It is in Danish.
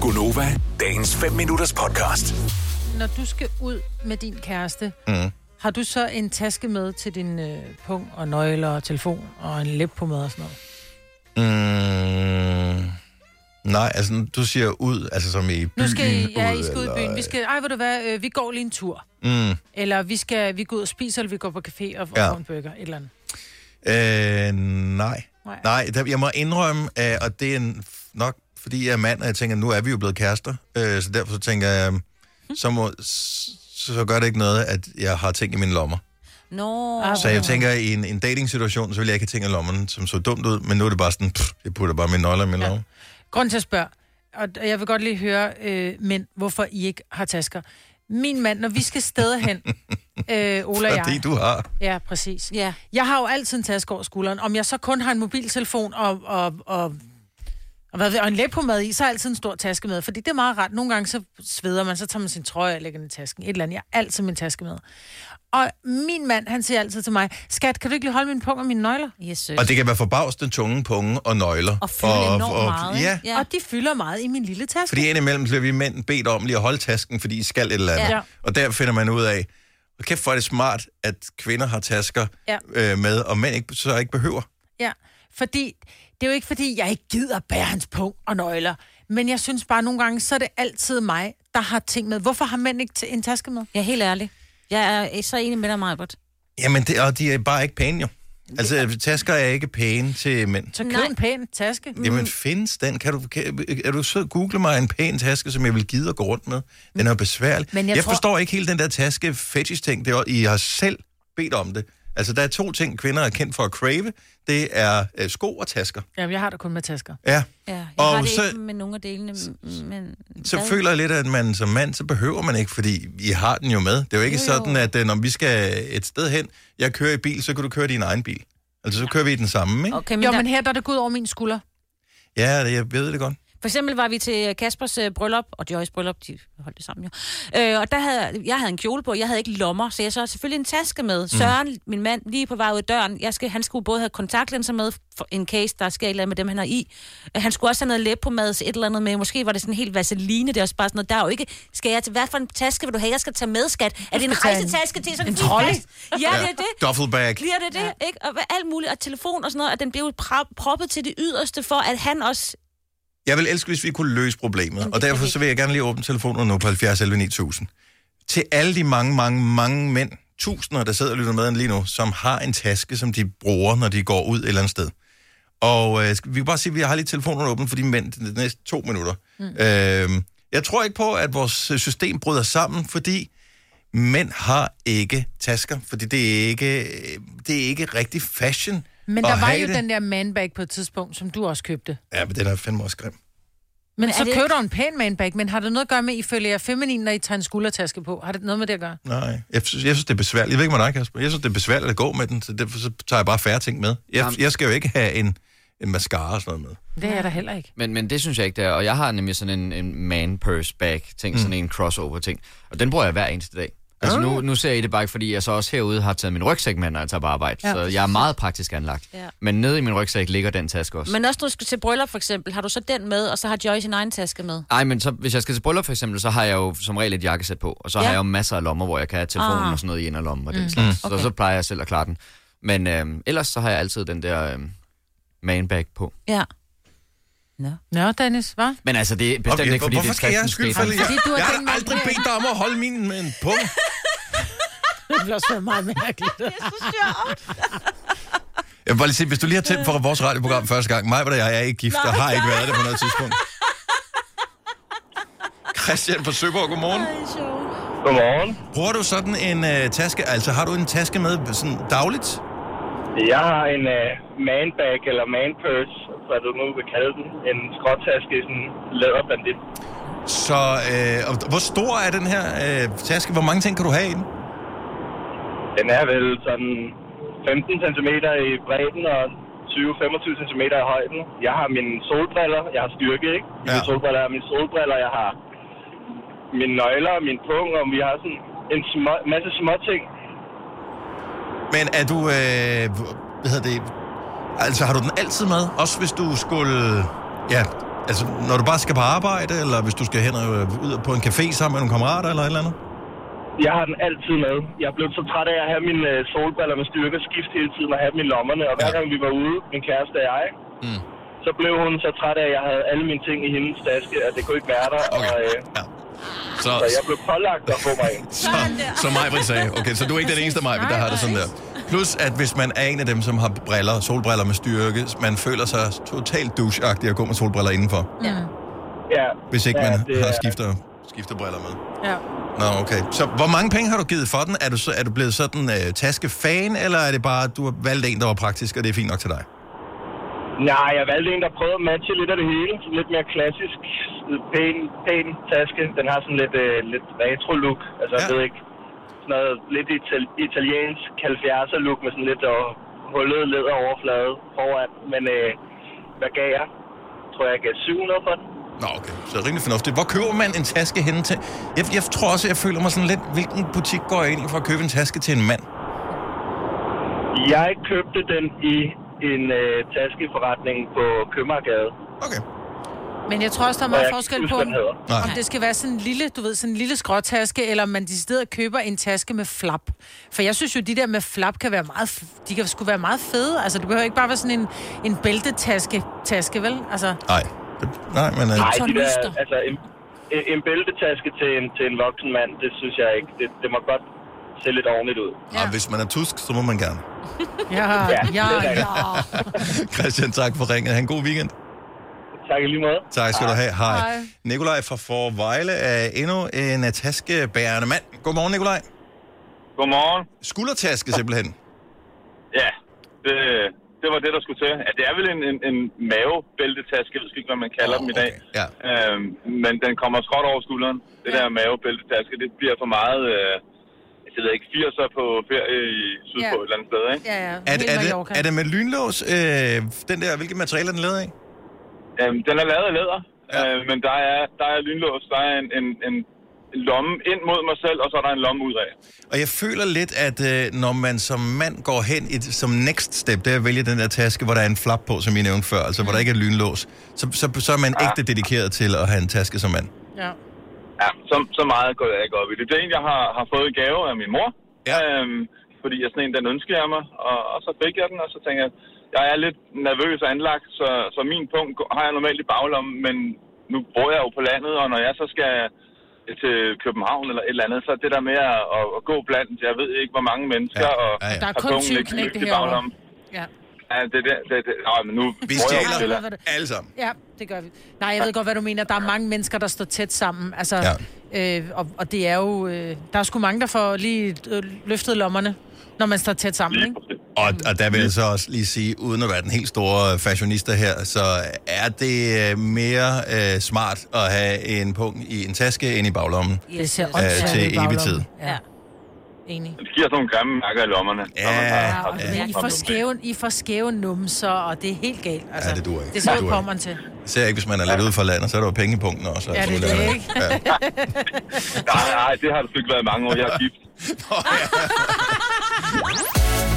Gunova, dagens 5 minutters podcast. Når du skal ud med din kæreste, mm. har du så en taske med til din øh, pung og nøgler og telefon og en læb på med og sådan noget? Mm, nej, altså du siger ud, altså som i byen. Nu skal I, ja, I skal ud eller- i byen. Vi skal, ej, ved du hvad, øh, vi går lige en tur. Mm, Eller vi skal vi går ud og spiser, eller vi går på café og, ja. Ja. og får en burger, et eller andet. øh, nej. Nej. Nej, der, jeg må indrømme, øh, og det er en- nok fordi jeg er mand, og jeg tænker, nu er vi jo blevet kærester, øh, så derfor så tænker jeg, øh, så, må, så, så gør det ikke noget, at jeg har ting i mine lommer. Nå, Ah, Så jeg tænker, i en, en dating-situation, så vil jeg ikke have ting i lommen, som så dumt ud, men nu er det bare sådan, pff, jeg putter bare mine nøgler i min ja. lomme. Grunden til at spørge, og og jeg vil godt lige høre, øh, men hvorfor I ikke har tasker. Min mand, når vi skal steder hen, øh, Ola og Fordi jeg... du har. Ja, præcis. ja. Jeg har jo altid en taske over skulderen. Om jeg så kun har en mobiltelefon og, og, og, og, hvad ved, jeg, og en læbpomade i, så har jeg altid en stor taske med. Fordi det er meget rart. Nogle gange så sveder man, så tager man sin trøje og lægger den i tasken. Et eller andet. Jeg har altid min taske med. Og min mand, han siger altid til mig, skat, kan du ikke lige holde min pung og mine nøgler? Yes, sir. Og det kan være forbavsende tunge, punge og nøgler. og fylde enormt meget, ikke? Ja, Ja. Og de fylder meget i min lille taske. Fordi indimellem bliver vi mænd bedt om lige at holde tasken, fordi I skal et eller andet. Ja. Ja. Og der finder man ud af, og kæft for er det smart, at kvinder har tasker Ja. ja. øh, med, og mænd ikke, så ikke behøver. Ja, fordi det er jo ikke, fordi jeg ikke gider bære hans punkt og nøgler. Men jeg synes bare, nogle gange, så er det altid mig, der har ting med. Hvorfor har mænd ikke t- en taske med? Ja, helt ærligt. Jeg er så enig med dig, Majbert. Jamen, det, og de er bare ikke pæne jo. Altså, tasker er ikke pæne til mænd. Så Mm. køb Nej. en pæn taske. Jamen, findes den? Kan du, kan, er du sød? Google mig en pæn taske, som jeg vil gide at gå rundt med. Den er jo besværlig. Men Men jeg jeg, jeg tror- forstår ikke hele den der taske fetish ting. Det er, jo- I har selv bedt om det. Altså, der er to ting, kvinder er kendt for at crave. Det er øh, sko og tasker. Jamen, jeg har da kun med tasker. Ja. Ja, jeg Og og har det så... så- ikke med nogle af delene, men... så hvad? føler jeg lidt, at man som mand, så behøver man ikke, fordi I har den jo med. Det er jo ikke Jo, jo, jo. jo. sådan, at øh, når vi skal et sted hen, jeg kører i bil, så kan du køre din egen bil. Altså, så kører vi i den samme, ikke? Okay. Okay, men, Jo, der, men her der er det gået over min skulder. Ja, det- jeg ved det godt. For eksempel var vi til Kaspers øh, bryllup, og Joyce bryllup, de holdt det sammen jo. Øh, og der havde, jeg havde en kjole på, jeg havde ikke lommer, så jeg så selvfølgelig en taske med. Søren, mm. min mand, lige på vej ud af døren, jeg skal, han skulle både have kontaktlinser med, for en case, der sker et eller andet med dem, han har i. Øh, Han skulle også have noget læb på mad, et eller andet med. Måske var det sådan helt vaseline, det er også bare sådan noget. Der er jo ikke, skal jeg til, hvad for en taske vil du have, jeg skal tage med, skat? Er det en tage en- rejsetaske til sådan en fri trolley? fast? Ja, det er det. Duffelbag. Bliver det det, ja. ikke? Og hvad- alt muligt, og telefon og sådan noget, og den blev jo pra- proppet til det yderste for, at han også Jeg vil elske, hvis vi kunne løse problemet, det og kan derfor vi så vil jeg gerne lige åbne telefonen nu på 70 11 9000. Til alle de mange, mange, mange mænd, tusinder, der sidder og lytter med lige nu, som har en taske, som de bruger, når de går ud et eller andet sted. Og øh, skal- vi kan bare sige, at vi har lige telefonen åben for de mænd de næste to minutter. Mm. Øh, jeg tror ikke på, at vores øh, system bryder sammen, fordi mænd har ikke tasker, fordi det er ikke, øh, det er ikke rigtig fashion Men at der var have jo det. den der manbag på et tidspunkt, som du også købte. Ja, men den er fandme også grim. Men, Men er så det køber du en pæn manbag, men har det noget at gøre med, at I føler jer feminin, når I tager en skuldertaske på? Har det noget med det at gøre? Nej, jeg synes, jeg synes det er besværligt. Jeg ved ikke, hvordan Kasper. Jeg synes, det er besværligt at gå med den, så derfor så tager jeg bare færre ting med. Jeg, jeg skal jo ikke have en, en mascara og sådan noget med. Det er jeg da heller ikke. Men, men det synes jeg ikke, det er. Og jeg har nemlig sådan en, en man purse bag ting, mm. sådan en crossover ting. Og den bruger jeg hver eneste dag. Altså nu, nu ser I det bare ikke, fordi jeg så også herude har taget min rygsæk med, når jeg tager på arbejde. Ja. Ja. Så jeg er meget praktisk anlagt. Ja. Ja. Men nede i min rygsæk ligger den taske også. Men... Men også når du skal til bryllup for eksempel, har du så den med, og så har Joy sin egen taske med? Ej, men så, hvis jeg skal til bryllup for eksempel, så har jeg jo som regel et jakkesæt på. Og så Ja. ja. har jeg jo masser af lommer, hvor jeg kan have telefonen Ah. ah. og sådan noget i en af lommen og den slags. Okay. Så, så plejer jeg selv at klare den. Men øhm, ellers så har jeg altid den der øhm, manbag på. Ja. Nå. Nå, Dennis, hvad? Men altså, det er bestemt okay, ikke, fordi hvorfor det er skal jeg skylde for det? skridt. Fordi du er Jeg, jeg den har mand, aldrig der- bedt dig om at holde min med en punkt. Det ville også være meget mærkeligt. Jeg vil bare lige sige, hvis du lige har tændt for vores radioprogram første gang, mig og jeg er ikke gift, og har ikke været det på noget tidspunkt. Christian fra Søborg, godmorgen. Godmorgen. Bruger du sådan en uh, taske, altså har du en taske med sådan dagligt? Jeg har en uh, manbag, eller manpurse, hvad du nu vil kalde den. En skråtaske i sådan en læderbandit. Så uh, og, hvor stor er den her uh, taske? Hvor mange ting kan du have i den? Den er vel sådan 15 cm i bredden og 20-25 cm i højden. Jeg har mine solbriller, jeg har styrke, ikke? Ja. Mine Ja. solbriller er mine solbriller, jeg har mine nøgler, min pung, og vi har sådan en små, masse små ting. Men er du, øh, hvad hedder det, altså har du den altid med? Også hvis du skulle, ja, Altså, når du bare skal på arbejde, eller hvis du skal hen og øh, ud på en café sammen med nogle kammerater eller et eller andet? Jeg har den altid med. Jeg er blevet så træt af at have mine øh, solbriller med styrkeskift hele tiden og have dem i lommerne. Og hver Ja. gang vi var ude, min kæreste og jeg, Mm. så blev hun så træt af, at jeg havde alle mine ting i hendes taske, at det kunne ikke være der. Okay. Og, øh, Ja. Så, så jeg blev pålagt at få mig en. så, så Majbrit sagde, okay, så du er ikke den eneste Majbrit, der har det sådan der. Plus, at hvis man er en af dem, som har briller, solbriller med styrke, man føler sig totalt doucheagtig at gå med solbriller indenfor, Ja. Ja, hvis ikke ja, man det har er- skifter, skifter briller med. ja. Nå, okay. Så hvor mange penge har du givet for den? Er du, så, er du blevet sådan øh, taskefan, eller er det bare, at du har valgt en, der var praktisk, og det er fint nok til dig? Nej, jeg valgte en, der prøvede at matche lidt af det hele. Sådan lidt mere klassisk, øh, pæn, pæn taske. Den har sådan lidt, øh, lidt retro-look. Altså, ja. jeg Ja. ved ikke, sådan noget lidt ital- italiensk 70'er-look med sådan lidt og hullet læderoverflade foran. Men øh, hvad gav jeg? Jeg tror, jeg gav 700 for den. Nå, okay. Så rimelig fornuftigt. Hvor køber man en taske henne til? Jeg, jeg tror også, jeg føler mig sådan lidt, hvilken butik går jeg ind i for at købe en taske til en mand? Jeg købte den i en øh, taskeforretning på Købmagergade. Okay. Men jeg tror også, der er Og jeg meget kan ikke forskel på, huske, hvad om, den hedder. Nej. om det skal være sådan en lille, du ved, sådan en lille skråtaske, eller om man decideret køber en taske med flap. For jeg synes jo, de der med flap kan være meget, f- de kan sgu være meget fede. Altså, det behøver ikke bare være sådan en, en bæltetaske, taske, vel? Altså, Nej. Det, nej, men... Øh, Nej, Tom de der, Lyster. altså en, en, en bæltetaske til en, til en voksen mand, det synes jeg ikke. Det, det må godt se lidt ordentligt ud. ja. ah, hvis man er tusk, så må man gerne. ja, ja, det er ja. rigtigt. ja. Christian, tak for ringet. Ha' en god weekend. Tak i lige måde. Tak skal du have. Hej. Hej. Nikolaj fra Forvejle er endnu en øh, taskebærende mand. Godmorgen, Nikolaj. Godmorgen. Skuldertaske simpelthen. Ja, det, det var det, der skulle til. Ja, det er vel en, en, en mavebæltetaske, jeg ved sgu ikke, hvad man kalder Åh, oh, dem i dag. okay, ja. Øhm, men den kommer skråt over skulderen. Det der mavebæltetaske, det bliver for meget... Øh, jeg ved ikke, 80'er på ferie i Sydpå Ja. et eller andet sted, ikke? ja, ja. Er, Helt er, det, Mallorca. er det med lynlås? Øh, den der, hvilke materialer er den lavet af? Øhm, den er lavet af læder, Ja. ja. øh, men der er, der er lynlås, der er en, en, en lomme ind mod mig selv, og så er der en lomme ud af. Og jeg føler lidt, at øh, når man som mand går hen i, som next step, det er at vælge den der taske, hvor der er en flap på, som I nævnte før, altså Mm. hvor der ikke er lynlås, så, så, så er man ægte dedikeret til at have en taske som mand. Ja. Ja, så, så meget går jeg ikke op i det. Det er en, jeg har, har fået i gave af min mor, Ja. øhm, fordi jeg sådan en, den ønskede jeg mig, og, og så fik jeg den, og så tænker jeg, jeg er lidt nervøs og anlagt, så, så min punkt går- har jeg normalt i baglommen, men nu bor jeg jo på landet, og når jeg så skal til København eller et eller andet, så er det der med at, at, at gå blandt, jeg ved ikke, hvor mange mennesker, Ja, og ja, ja. Der er har kun pungen 20 ikke knægte lygt i herovre. baglommen. Ja. Ja, det er det. det, det. Nej, men nu Vi bruger jeg jo stjæler. stille. hvad det- alle sammen. Ja, det gør vi. Nej, jeg ved godt, hvad du mener. Der er mange mennesker, der står tæt sammen. Altså, ja. øh, og, og det er jo... Øh, der er sgu mange, der får lige øh, løftet lommerne, når man står tæt sammen, ikke? Og, og der vil jeg så også lige sige, uden at være den helt store fashionista her, så er det øh, mere øh, smart at have en punkt i en taske end i baglommen. Yes, Det ser yes. åndssvagt åndssvagt til ud i evig baglommen. tid. Ja. Enig. Det giver sådan nogle grimme mærker i lommerne. Ja, når man har- ja, Ja, og ja. ja, I, får skæve, I får skæve numser, og det er helt galt. Altså, Ja, det duer ikke. Det er så, Det duer kommer til. Især ikke, hvis man er lidt ude for landet, så er der jo penge i punkten også. og Ja, alt det muligt er det, andet. ikke? Ja. Nej, nej, det har det sgu ikke været i mange år. Jeg er gift.